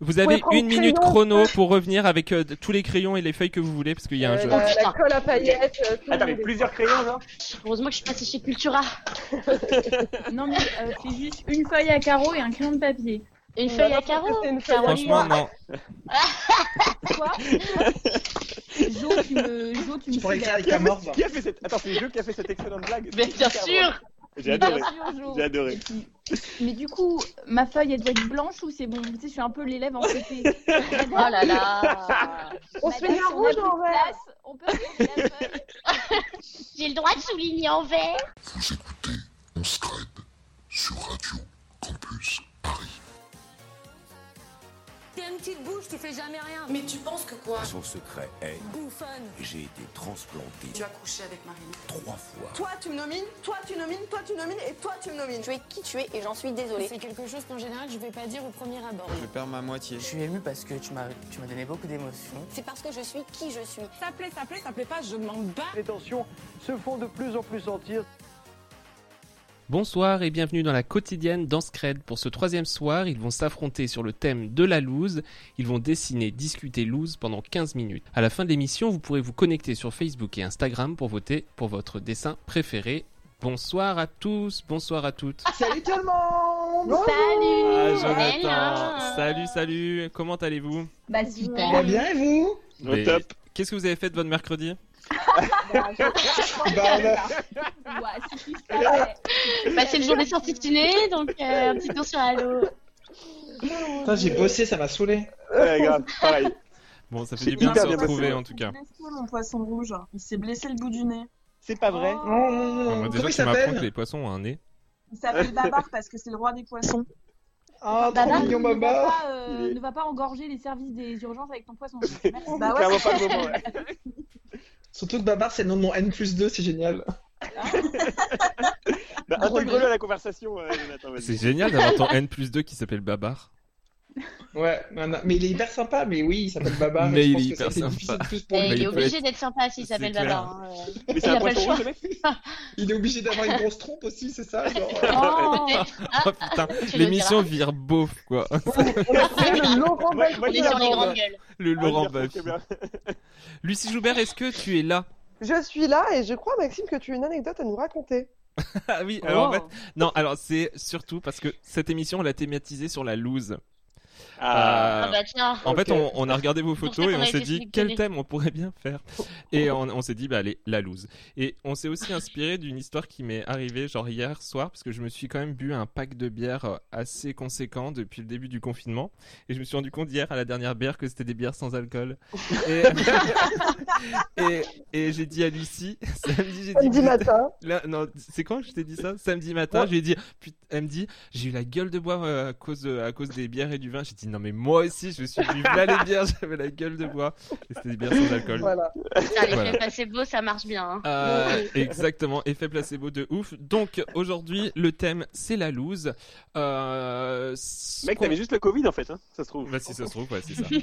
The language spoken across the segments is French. Vous pouvez avez prendre une crayon. minute chrono pour qu'il y ait un jeu. Vous avez une minute chrono pour revenir avec euh, tous les crayons et les feuilles que vous voulez, parce qu'il y a un jeu. Euh, la, la putain. colle à paillettes. euh, tout Attends, le mais monde est- plusieurs crayons, hein, genre Heureusement que je suis passé chez Cultura. Non, mais euh, c'est juste une feuille à carreaux et un crayon de papier. Une On feuille va à pas faire carreaux que c'est une feuille à Caroline. Franchement, non. Quoi Jo, tu me, Jo, tu me Pour les sidères. caricatures mortes. Qui a fait cette... Attends, c'est Jo qui a fait cette excellente blague Mais bien sûr J'ai Bien adoré. sûr, Jo. J'ai adoré. Et puis- Mais du coup, ma feuille, elle doit être blanche ou c'est bon Tu sais, je suis un peu l'élève en CP. Oh là là On Bah, se met un rouge en vert. On peut mettre la feuille. J'ai le droit de souligner en vert Vous écoutez On Scred sur Radio Campus Paris. T'as une petite bouche, tu fais jamais rien. Mais tu penses que quoi Son secret est Bouffonne. j'ai été transplanté Tu as couché avec Marine. trois fois. Toi tu me nomines, toi tu nomines, toi tu nomines et toi tu me nomines. Tu es qui tu es et j'en suis désolée. C'est quelque chose qu'en général je vais pas dire au premier abord. Je perds ma moitié. suis émue parce que tu m'as tu m'as donné beaucoup d'émotions. C'est parce que je suis qui je suis. Ça plaît, ça plaît, ça plaît pas, je m'en bats. Les tensions se font de plus en plus sentir. Bonsoir et bienvenue dans la quotidienne dans Scred. Pour ce troisième soir, ils vont s'affronter sur le thème de la loose. Ils vont dessiner, discuter loose pendant 15 minutes. À la fin de l'émission, vous pourrez vous connecter sur Facebook et Instagram pour voter pour votre dessin préféré. Bonsoir à tous, bonsoir à toutes. Salut tout le monde Ah, Salut Jonathan. Hello. Salut, salut. Comment allez-vous Bah, Super. Ça va bien et vous Au Mais- top. Qu'est-ce que vous avez fait de votre mercredi Bah, on a- Ouais, si, si, Ah, ça va. Bah, c'est le jour des sorties ciné, donc euh, un petit tour sur Halo. Putain, j'ai bossé, ça m'a saoulé. Ouais, grave, pareil. Bon, ça fait J'ai du bien de hyper se bien bossé, retrouver ouais. en tout cas. mon poisson rouge. Il s'est blessé le bout du nez. C'est pas vrai. Non, non, non. Bon, Ah, moi, déjà, Ah, Comment il tu m'apprends que les s'appelle poissons ont un nez. Il s'appelle Babar parce que c'est le roi des poissons. Ah, Baba. trop Bah, Ne mignon, va Baba pas, euh, Il est- ne va pas engorger les services des urgences avec ton poisson. Merci. Oh. Bah ouais. Clairement pas le moment, ouais. Surtout que Babar, c'est le nom de mon N plus 2, c'est génial. Bah, Intègre-le à la conversation, euh, Jonathan. vas-y. C'est génial d'avoir ton N plus 2 qui s'appelle Babar. Ouais, non, non, mais il est hyper sympa, mais oui, il s'appelle Babar. Mais et je il pense est que hyper ça a été sympa. difficile plus pour Et lui. Bah, il il est peut obligé d'être sympa s'il C'est s'appelle clair. Babar. hein, euh. Mais c'est Il un a pas le poisson choix. rouge, le mec Il est obligé d'avoir une grosse trompe aussi, c'est ça genre, euh, Oh, Oh putain, Tu le l'émission vire beauf quoi. C'est le Laurent Moi- Baffie. On moi, est sur les je l'adore. grandes gueules. Le Ah, je Laurent l'ai Baffy. remarqué, bien. Lucie Joubert, est-ce que tu es là Je suis là et je crois, Maxime, que tu as une anecdote à nous raconter. Ah oui, alors en fait, non, alors c'est surtout parce que cette émission, on l'a thématisée sur la loose. Euh, Ah, Ah bah tiens. En fait, ok. on, on a regardé vos pour ça photos et qu'on on a s'est été dit sélectionnés. quel thème on pourrait bien faire. Et on, on s'est dit, bah allez, la loose. Et on s'est aussi inspiré d'une histoire qui m'est arrivée genre hier soir, parce que je me suis quand même bu un pack de bière euh, assez conséquent depuis le début du confinement. Et je me suis rendu compte hier à la dernière bière que c'était des bières sans alcool. Et, et, et j'ai dit à Lucie, samedi, j'ai dit, Samedi matin. Là, non, c'est quand que je t'ai dit ça Samedi matin, je lui ai dit, put- elle me dit, j'ai eu la gueule de bois euh, à cause, de- à cause des bières et du vin. J'ai dit, non mais moi aussi, je me suis bu là les bières, j'avais la gueule de bois. Et c'était des bières sans alcool. Voilà. Putain, les Voilà. fleurs placebo, ça marche bien. hein. Euh, exactement, effet placebo de ouf. Donc aujourd'hui, le thème, c'est la loose. Euh, ce Mec, qu'on- t'avais juste le Covid en fait, hein, ça se trouve. Bah, si ça se trouve, ouais, c'est ça.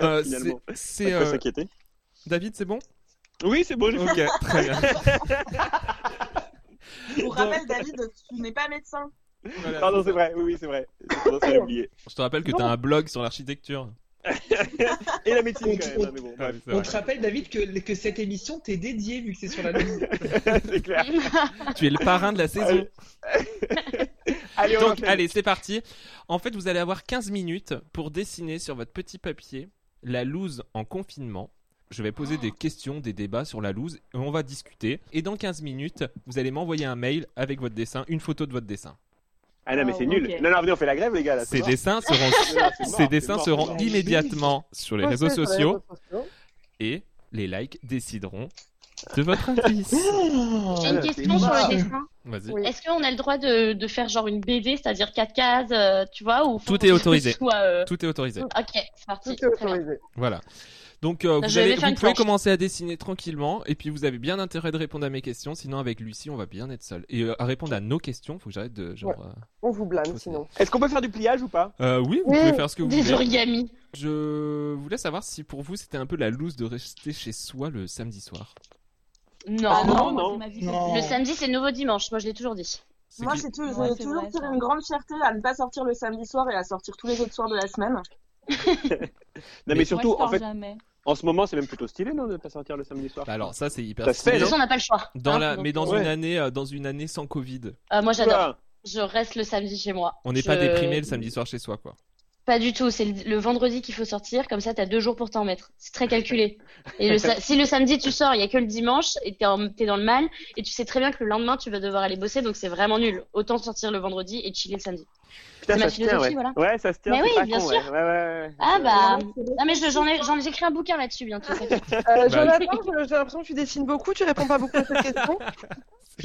Euh, c'est- Finalement. c'est Pas de quoi euh, s'inquiéter. David, c'est bon Oui, c'est bon, j'ai Ok, très bien. Pour rappel, David, tu n'es pas médecin. Voilà. Pardon, c'est vrai, oui, oui, c'est vrai. J'ai tendance à l'oublier. Je te rappelle que t'as un blog sur l'architecture. Et la médecine, quand On- même, hein, mais bon, Ah bref, oui, c'est On vrai. te rappelle, David, que, que cette émission t'est dédiée vu que c'est sur la liste. c'est clair. Tu es le parrain de la Ah, saison. Allez, on Donc enchaîne. allez, c'est parti. En fait, vous allez avoir 15 minutes pour dessiner sur votre petit papier la loose en confinement. Je vais poser des questions, des débats sur la loose, et on va discuter. Et dans 15 minutes, vous allez m'envoyer un mail avec votre dessin, une photo de votre dessin. Ah non, mais c'est Oh, nul. ok. Non, non, venez, on fait la grève, les gars. Là, Ces c'est mort. dessins seront, Non, non, c'est mort, ces c'est dessins mort, c'est seront mort. immédiatement sur les réseaux Postez sur les sociaux réseaux sociaux. et les likes décideront de votre indice. J'ai une là, c'est question sur marrant. le dessin. Vas-y. Oui. Est-ce qu'on a le droit de, de faire genre une BD, c'est-à-dire quatre cases, euh, tu vois, ou faut Tout que est ce autorisé. soit, euh, Tout est autorisé. Ok, c'est Tout parti. est autorisé. Voilà. Donc euh, vous, je vais allez- aller faire vous une pouvez planche. commencer à dessiner tranquillement et puis vous avez bien intérêt de répondre à mes questions, sinon avec Lucie on va bien être seul. Et euh, à répondre à nos questions, faut que j'arrête de genre... On vous blâme Faut sinon. Est-ce qu'on peut faire du pliage ou pas euh, euh, oui, vous Oui, pouvez faire ce que vous Des voulez. origamis. Je voulais savoir si pour vous c'était un peu la loose de rester chez soi le samedi soir. Non. Ah non, moi, non. c'est ma vie, Non. Le samedi, c'est nouveau dimanche. Moi, je l'ai toujours dit. C'est Moi que- j'ai tou- Ouais, j'ai c'est toujours vrai, tiré ça. une grande fierté à ne pas sortir le samedi soir et à sortir tous les autres soirs de la semaine. Non, mais Mais- surtout, Moi, je en sors fait, jamais. en ce moment, c'est même plutôt stylé, non, de pas sortir le samedi soir. Bah alors ça c'est hyper. Ça se fait, stylé. toute façon, on n'a pas le choix. dans hein, la, donc, mais dans ouais. une année, euh, dans une année sans Covid, euh, Ah, moi, j'adore. Oula. Je reste le samedi chez moi. on n'est pas Je- déprimé le samedi soir chez soi quoi. Pas du tout. C'est le, le vendredi qu'il faut sortir. Comme ça, t'as deux jours pour t'en mettre. C'est très calculé. Et le sa- si le samedi tu sors, il y a que le dimanche et t'es en- t'es dans le mal. Et tu sais très bien que le lendemain tu vas devoir aller bosser, donc c'est vraiment nul. Autant sortir le vendredi et chiller le samedi. Putain, C'est ça ma se tient, ouais. philosophie, voilà. Ouais, ça se tient. Mais c'est oui, pas bien con, sûr. ouais. Ouais, ouais, ouais. Ah bah. Euh, Non mais je- j'en ai, j'en- j'écris un bouquin là-dessus bientôt. t'inquiète. Jonathan, je- j'ai l'impression que tu dessines beaucoup, tu réponds pas beaucoup à cette question.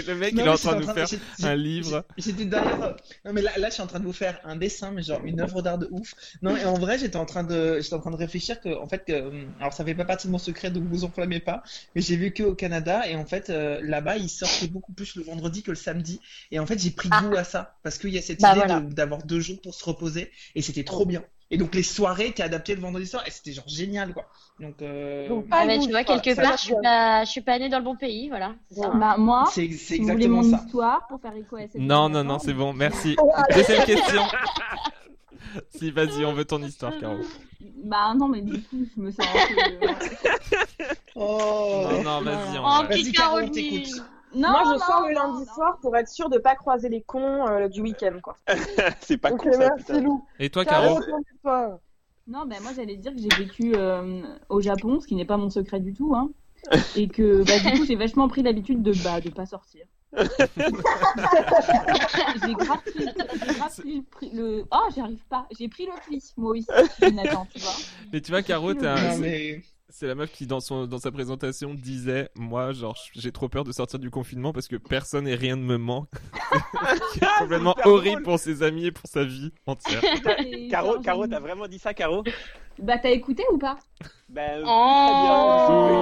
le mec il Non, est mais en je suis train de nous faire j'ai- j'ai- un livre. j'ai- J'étais derrière. euh, Non, mais là, là, je suis en train de vous faire un dessin, mais genre une œuvre d'art de ouf. Non, et en vrai, j'étais en train de, j'étais en train de réfléchir que, en fait, que, hum, alors ça fait pas partie de mon secret, donc vous enflammez pas. Mais j'ai vécu au Canada et en fait, euh, là-bas, ils sortent beaucoup plus le vendredi que le samedi. Et en fait, j'ai pris goût à ça parce qu'il y a cette Ah. Bah idée voilà. de- d'avoir deux jours pour se reposer et c'était trop bien. Et donc les soirées étaient adaptées le vendredi soir et c'était genre génial quoi. Donc, euh, Donc, Ah, Ah, mais oui, tu vois ça- quelque ça part, va je suis bien. pas, je suis pas née dans le bon pays, voilà. C'est ça. Bah, moi, c'est c'est si vous voulez mon exactement ça. histoire pour faire écho à cette Non non histoire, non c'est mais- bon merci. Deuxième question. si vas-y on veut ton histoire Caro. Bah non, mais du coup, je me sens un peu... euh, Oh. Non non vas-y. en Oh, vrai. Vas-y, petite Caro, Caroline. t'écoutes. Non, Moi, je non, sors le non, lundi non. soir pour être sûr de pas croiser les cons euh, du week-end, quoi. bah. C'est pas Ok, con, ça, merci putain. Lou. Et toi Caro, Caro retourne-toi. Non, ben moi j'allais dire que j'ai vécu euh, au Japon, ce qui n'est pas mon secret du tout, hein, et que bah, du coup j'ai vachement pris l'habitude de bah de pas sortir. j'ai grave pris, j'ai grave pris le, prix- le- oh j'arrive pas, j'ai pris le pli moi aussi, Jonathan, tu vois. Mais tu vois Caro t'es Non, un- mais... C'est la meuf qui, dans, son, dans sa présentation, disait Moi, genre, j'ai trop peur de sortir du confinement parce que personne et rien ne me manque. C'est complètement hyper horrible drôle. pour ses amis et pour sa vie entière. Et Caro, genre, Caro, j'ai- t'as vraiment dit ça, Caro bah t'as écouté ou pas Bah, euh, Oh.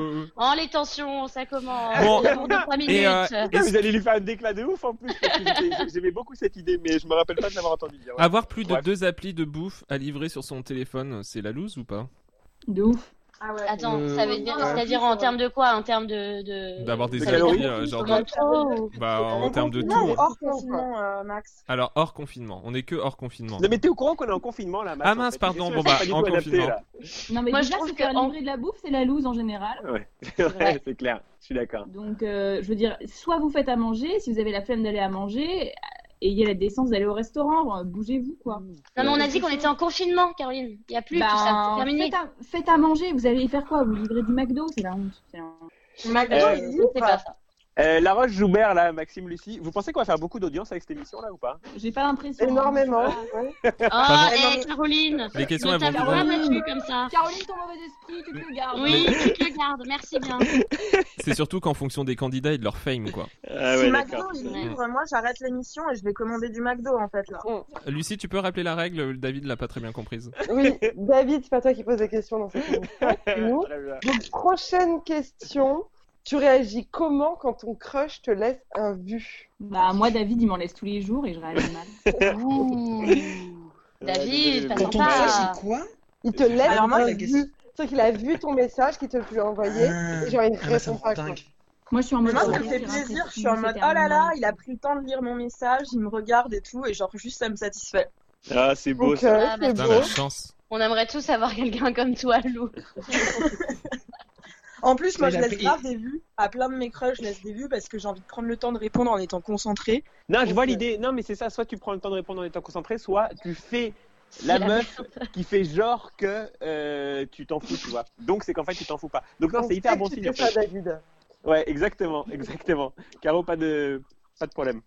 Ouh. Oh les tensions, ça commence. Bon. C'est pour deux, trois minutes. euh, putain, vous allez lui faire un déclat de ouf en plus. parce que j'étais- J'aimais beaucoup cette idée, mais je me rappelle pas de l'avoir entendu dire. ouais. Avoir plus de Bref. deux applis de bouffe à livrer sur son téléphone, c'est la loose ou pas De ouf. Ah ouais. Attends, Euh, ça veut dire, ouais. c'est-à-dire en termes de quoi En termes de. de... D'avoir des De applis, calories. euh, genre, Comment de- trop, ou- bah, en termes de Non, mais tout. hein. hors confinement, euh, Max. Alors, hors confinement, on est que hors confinement. Non, mais t'es au courant qu'on est en confinement là, Max, Ah, en mince, fait. pardon, C'est bon, sûr, bah, c'est pas en du tout adapté, confinement. là. Non mais Moi, je déjà trouve se que faire en- livrer de la bouffe c'est la loose en général. vrai. Ouais, c'est clair, je suis d'accord. Donc, euh, je veux dire, soit vous faites à manger, si vous avez la flemme d'aller à manger, euh, ayez la décence d'aller au restaurant, euh, bougez-vous, quoi. Non mais on a dit qu'on était en confinement, Caroline. Il y a plus Ben, tout ça, c'est terminé. faites, à, faites à manger, vous allez faire quoi Vous livrez du McDo C'est la honte. c'est la honte. Max, Euh, il Je dit sais ou pas pas ça. Euh, La Roche Joubert là, Maxime Lucie, vous pensez qu'on va faire beaucoup d'audience avec cette émission là ou pas J'ai pas l'impression. hein. Énormément. Ah, ouais. Oh, Pardon. hey, Caroline. Les questions, ne elles vont tape vous pas rendre- là-dessus comme ça. Caroline, ton mauvais esprit, tu te le gardes. Oui, tu te le gardes. Merci bien. C'est surtout qu'en fonction des candidats et de leur fame, quoi. Ah Si McDo il livre, moi j'arrête l'émission et je vais commander du McDo en fait là. Lucie, tu peux rappeler la règle David l'a pas très bien comprise. Oui, David, c'est pas toi qui pose des questions dans cette émission. Très bien. Nous. Donc, prochaine question. Tu réagis comment quand ton crush te laisse un vu Bah, moi, David, il m'en laisse tous les jours et je réagis mal. David, Euh, Ouais, ça David, sent Quand on pas. crush, c'est quoi Il te laisse Alors, moi, un la question- vu. C'est-à-dire qu'il a vu ton message qu'il te l'a envoyé. Ah. Et genre, il ne Ah, bah, ça répond me pas. rend quoi. dingue. Moi, je suis en Mais mode. moi ça oh, me fait c'est plaisir, un je suis en c'est mode oh terminé. là là, il a pris le temps de lire mon message, il me regarde et tout, et genre juste ça me satisfait. Ah, c'est beau Donc, ça. euh, Ah, bah, c'est Putain, beau. la chance. On aimerait tous avoir quelqu'un comme toi, Lou. En plus, moi Mais je la laisse paix- grave des vues, à plein de mes crushs je laisse des vues parce que j'ai envie de prendre le temps de répondre en étant concentré. Non, je vois Ok. l'idée. Non, mais c'est ça. Soit tu prends le temps de répondre en étant concentré, soit tu fais la la meuf qui fait genre que euh, tu t'en fous, tu vois. Donc c'est qu'en fait tu t'en fous pas. Donc non, On c'est hyper sait bon que tu signe. en fais ça, fait. David. Ouais, exactement, exactement. Caro, pas de, pas de problème.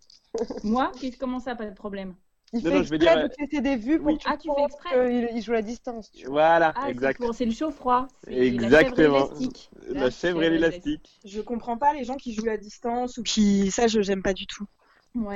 Moi, qu'est-ce- comment ça, pas de problème Il Non, fait non, je vais exprès dire, de te laisser des vues pour oui. que tu Ah, tu fais penses exprès. qu'il il joue à distance. tu vois. Voilà, Ah, c'est exact. pour- c'est le chaud-froid. c'est la chèvre Exactement. élastique. La chèvre et l'élastique. Je comprends pas les gens qui jouent à distance ou qui. Ça, je j'aime pas du tout. Ouais,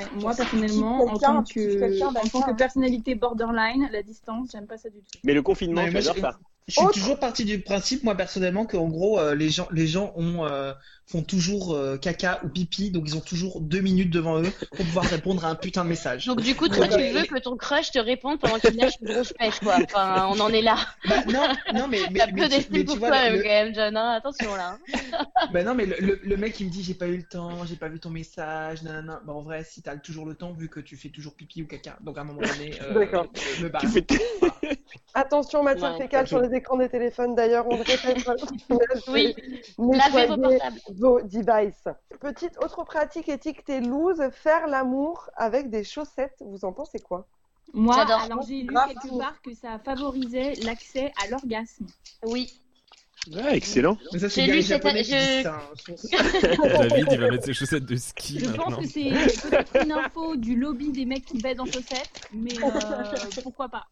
Genre, moi si tu personnellement, kiffes en quelqu'un, tant tu kiffes que, quelqu'un, en bah, tant que tiens. personnalité borderline, la distance, j'aime pas ça du tout. Mais le confinement, Non, mais moi, j'adore je- ça. Je suis Autre- toujours parti du principe, moi personnellement, qu'en gros, euh, les gens, les gens ont, euh, font toujours euh, caca ou pipi, donc ils ont toujours deux minutes devant eux pour pouvoir répondre à un putain de message. Donc du coup, toi, tu veux que ton crush te réponde pendant qu'il lâche une grosse pêche, quoi. Enfin, on en est là. Bah, non, non, mais, mais, T'as mais peu tu, mais d'estime tu pour vois, toi-même, le, quand même, John. hein. Attention, là. hein. bah non, mais le, le- le mec il me dit j'ai pas eu le temps, j'ai pas vu ton message, nanana. Bah en vrai, si t'as toujours le temps, vu que tu fais toujours pipi ou caca, donc à un moment donné, euh, D'accord. je me barre. Tu fais, Attention, matière Ouais. fécale sur les écrans des téléphones d'ailleurs, on le répète. Oui. Nettoyez Lavez vos portables. vos devices. Petite autre pratique étiquetée loose, faire l'amour avec des chaussettes. Vous en pensez quoi Moi, J'adore. alors j'ai lu Grave. quelque part que ça favorisait l'accès à l'orgasme. Oui. Ah, excellent. Mais ça, c'est J'ai bien lu les cette- Japonais qui je- disent ça, hein, je pense. David, il va mettre ses chaussettes de ski Je pense maintenant. que c'est peut-être une info du lobby des mecs qui baisent en chaussettes, mais euh, pourquoi pas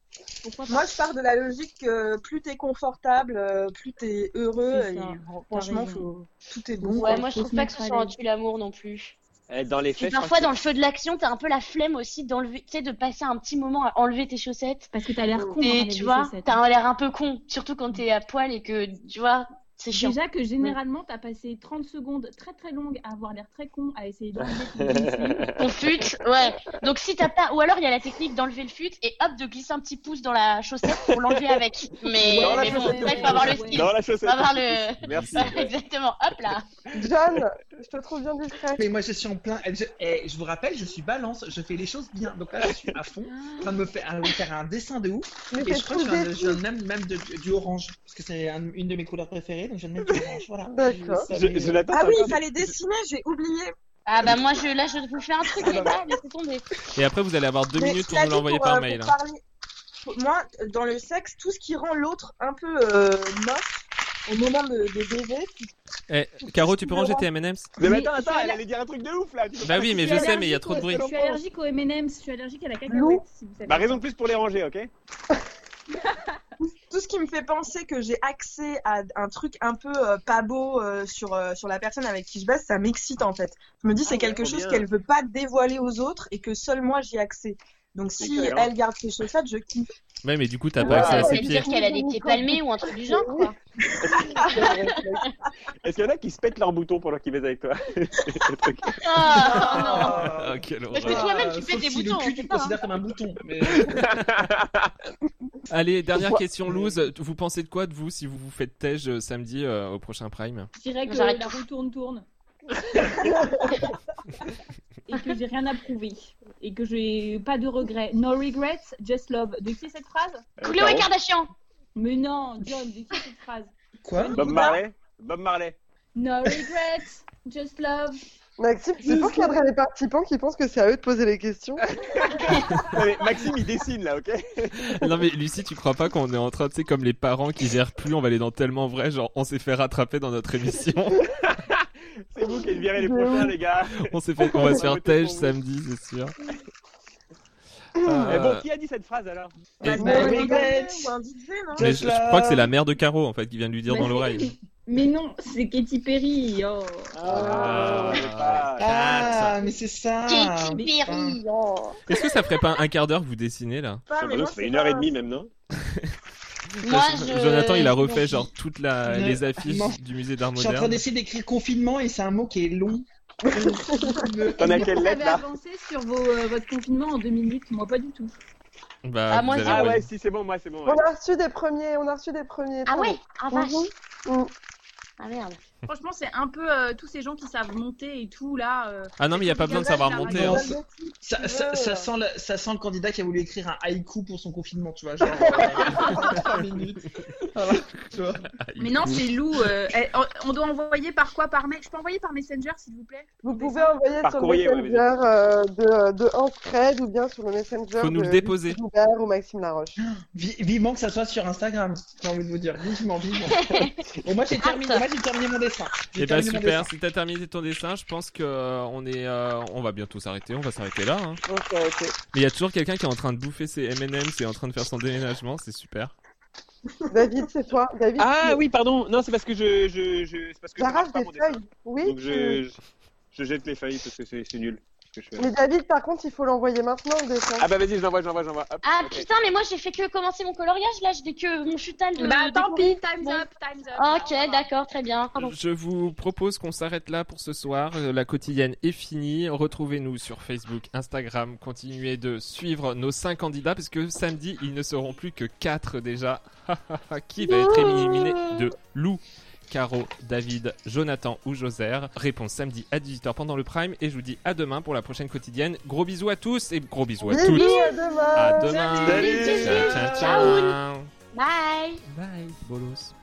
Pourquoi pas Moi, je pars de la logique que plus t'es confortable, euh, plus t'es heureux. C'est Et ça, euh, franchement, raison. faut- tout est bon. quoi. Ouais, moi je trouve pas que ce soit un tue l'amour non plus. Euh, Eh, Dans les Puis faits, je parfois, pense dans le feu de l'action, t'as un peu la flemme aussi d'enlever, tu sais, de passer un petit moment à enlever tes chaussettes. Parce que t'as l'air con. Et enlever tu les vois, chaussettes. hein. t'as l'air un peu con, surtout quand t'es à poil et que, tu vois, c'est chiant. Déjà que généralement, t'as passé 30 secondes très très longues à avoir l'air très con, à essayer d'enlever ton domicile. Ton fut, ouais. Donc si t'as pas, ou alors il y a la technique d'enlever le fut et hop de glisser un petit pouce dans la chaussette pour l'enlever avec. Mais, Dans la mais bon, chaussette. ça, il faut avoir le style. Dans la chaussette. Faut avoir le. Merci. Ouais, Exactement. Hop là. John, je te trouve bien discret. Mais moi, je suis en plein. Je, eh, je vous rappelle, je suis balance, je fais les choses bien. Donc là, je suis à fond, en train de me faire, à me faire un dessin de ouf. Mais et t'es je crois que trop je viens de- déçu. je viens même, même de- du orange, parce que c'est un- une de mes couleurs préférées, donc je viens de même du orange. Voilà. euh, D'accord. Je- je- je l'attends Ah oui, pas. il fallait dessiner, j'ai oublié. Ah bah moi je, là je vous fais un truc les gars, laissez tomber. Et après, vous allez avoir deux Mais minutes pour cela nous dit, l'envoyer pour, euh, par pour mail. hein. parler- pour- Moi, dans le sexe, tout ce qui rend l'autre un peu euh, moche au moment de, de baiser, Eh, Caro, tu peux ranger tes M&M's Mais, Mais attends, je suis attends, elle allé- allait dire un truc de ouf là. tu peux Bah pas oui, te mais dire. je sais, mais il y a trop de bruit. Je suis allergique aux M&M's, je suis allergique à la Lou. cacahuète. Si vous savez. Bah, raison de plus pour les ranger, ok tout ce qui me fait penser que j'ai accès à un truc un peu euh, pas beau euh, sur, euh, sur la personne avec qui je baisse, ça m'excite en fait. Je me dis, Ah c'est ouais, quelque trop chose bien. qu'elle veut pas dévoiler aux autres et que seul moi j'y ai accès. Donc si Excellent. elle garde ses chaussettes, je kiffe. Ouais, mais du coup, t'as Ouais, pas accès à Ça ses veut pieds. dire qu'elle a des pieds palmés ou un truc du genre quoi. Est-ce qu'il y en a qui se pètent leurs boutons pendant qu'ils baisent avec toi Le truc. Ah non. Ah, quelle Parce que horreur. toi-même tu Sauf fais des si boutons. on Le Ah, cul, sait tu le pas, hein. considères comme un bouton. Mais... Allez, dernière Pourquoi question, Louz. Vous pensez de quoi de vous si vous vous faites tège euh, samedi euh, au prochain Prime Je dirais que J'arrête la tout. roue tourne, tourne. et que j'ai rien à prouver. Et que j'ai pas de regrets. No regrets, just love. De qui est cette phrase Chloé Caro Kardashian. Mais non, John, de qui est cette phrase Ah, Quoi Bob Marley Bob Marley. No regrets, just love. Maxime, c'est pour cadrer les participants qui pensent que c'est à eux de poser les questions. Non, mais Maxime, il dessine là, ok Non mais Lucie, tu crois pas qu'on est en train, tu sais, comme les parents qui gèrent plus, on va aller dans tellement vrai, genre on s'est fait rattraper dans notre émission, C'est vous qui virez les prochains, les gars. on s'est fait, on va se faire tège samedi, c'est sûr. Euh, Eh bon, qui a dit cette phrase alors et- Euh, Ou Mais- un mais- DJ, non mais je, je crois que c'est la mère de Caro en fait qui vient de lui dire Mais- dans l'oreille. Bah, Mais non, c'est Katy Perry. oh. Ah. Ah, mais c'est ça. Katy Mais- Perry. ah. oh. Est-ce que ça ferait pas un quart d'heure que vous dessinez là Pas, mais moi, ça fait c'est une heure et pas- demie même, non Moi Parce que je. Jonathan, il a refait je- genre toutes la- Non. les affiches Non. du musée d'art Je suis en train moderne. d'essayer d'écrire confinement et c'est un mot qui est long. T'en as Est-ce que quelle Vous lettre avez là avancé sur vos, euh, votre confinement en deux minutes, moi pas du tout. Bah, Ah, vous moi, avez- Ah ouais, si, c'est bon, moi, c'est bon. On ouais. a reçu des premiers, on a reçu des premiers. Ah ouais. Ah vache. Mhm. Ah merde. Franchement, c'est un peu euh, tous ces gens qui savent monter et tout là. euh, Ah non mais il y a pas besoin de savoir Jonathan, monter. il a hein. bah, raison. Ça, ça, ça, sent le, ça sent le candidat qui a voulu écrire un haïku pour son confinement, tu vois. Genre, euh, trois minutes. Voilà, tu vois. Mais non, c'est Lou. euh, elle- on- on doit envoyer par quoi Par mail Je peux envoyer par Messenger, s'il vous plaît Vous pouvez envoyer Par sur courrier, ouais, le Messenger euh, de, de Hans Cred ou bien sur le Messenger Faut nous de le déposer. Lucie Joubert ou Maxime Laroche. Vi- vivement que ça soit sur Instagram, j'ai envie de vous dire. Vivement, vivement. Et moi, j'ai terminé, moi, j'ai terminé mon dessin. J'ai Et bah terminé mon super, dessin. si t'as terminé ton dessin, je pense que euh, on est, euh, on va bientôt s'arrêter, on va s'arrêter là. hein. Ok, ok. Mais il y a toujours quelqu'un qui est en train de bouffer ses M&M's et en train de faire son déménagement, c'est super. David, c'est toi. David, Ah tu- oui, pardon. Non, c'est parce que je. je, je c'est parce que je t'arraches marque pas des mon dessin. feuilles. Oui. Donc tu- je, je, je jette les feuilles parce que c'est c'est nul. ce que je fais. Mais David, par contre, il faut l'envoyer maintenant le dessin. Ah bah vas-y, je l'envoie, je l'envoie, je l'envoie. Hop, Ah ok. putain, mais moi j'ai fait que commencer mon coloriage là, je n'ai que mon futal de. Bah de- tant pis, time's Bon. up, time's up. Ok, d'accord, très bien. Pardon. Je vous propose qu'on s'arrête là pour ce soir. Euh, La quotidienne est finie. Retrouvez-nous sur Facebook, Instagram. Continuez de suivre nos 5 candidats parce que samedi, ils ne seront plus que 4 déjà. Qui va être éliminé de Lou Caro, David, Jonathan ou Joser. Réponse samedi à 18h pendant le prime et je vous dis à demain pour la prochaine quotidienne. Gros bisous à tous et gros bisous à Bisous, toutes. à demain. À demain. Salut. Ciao, ciao, ciao. Bye Bye, bolos.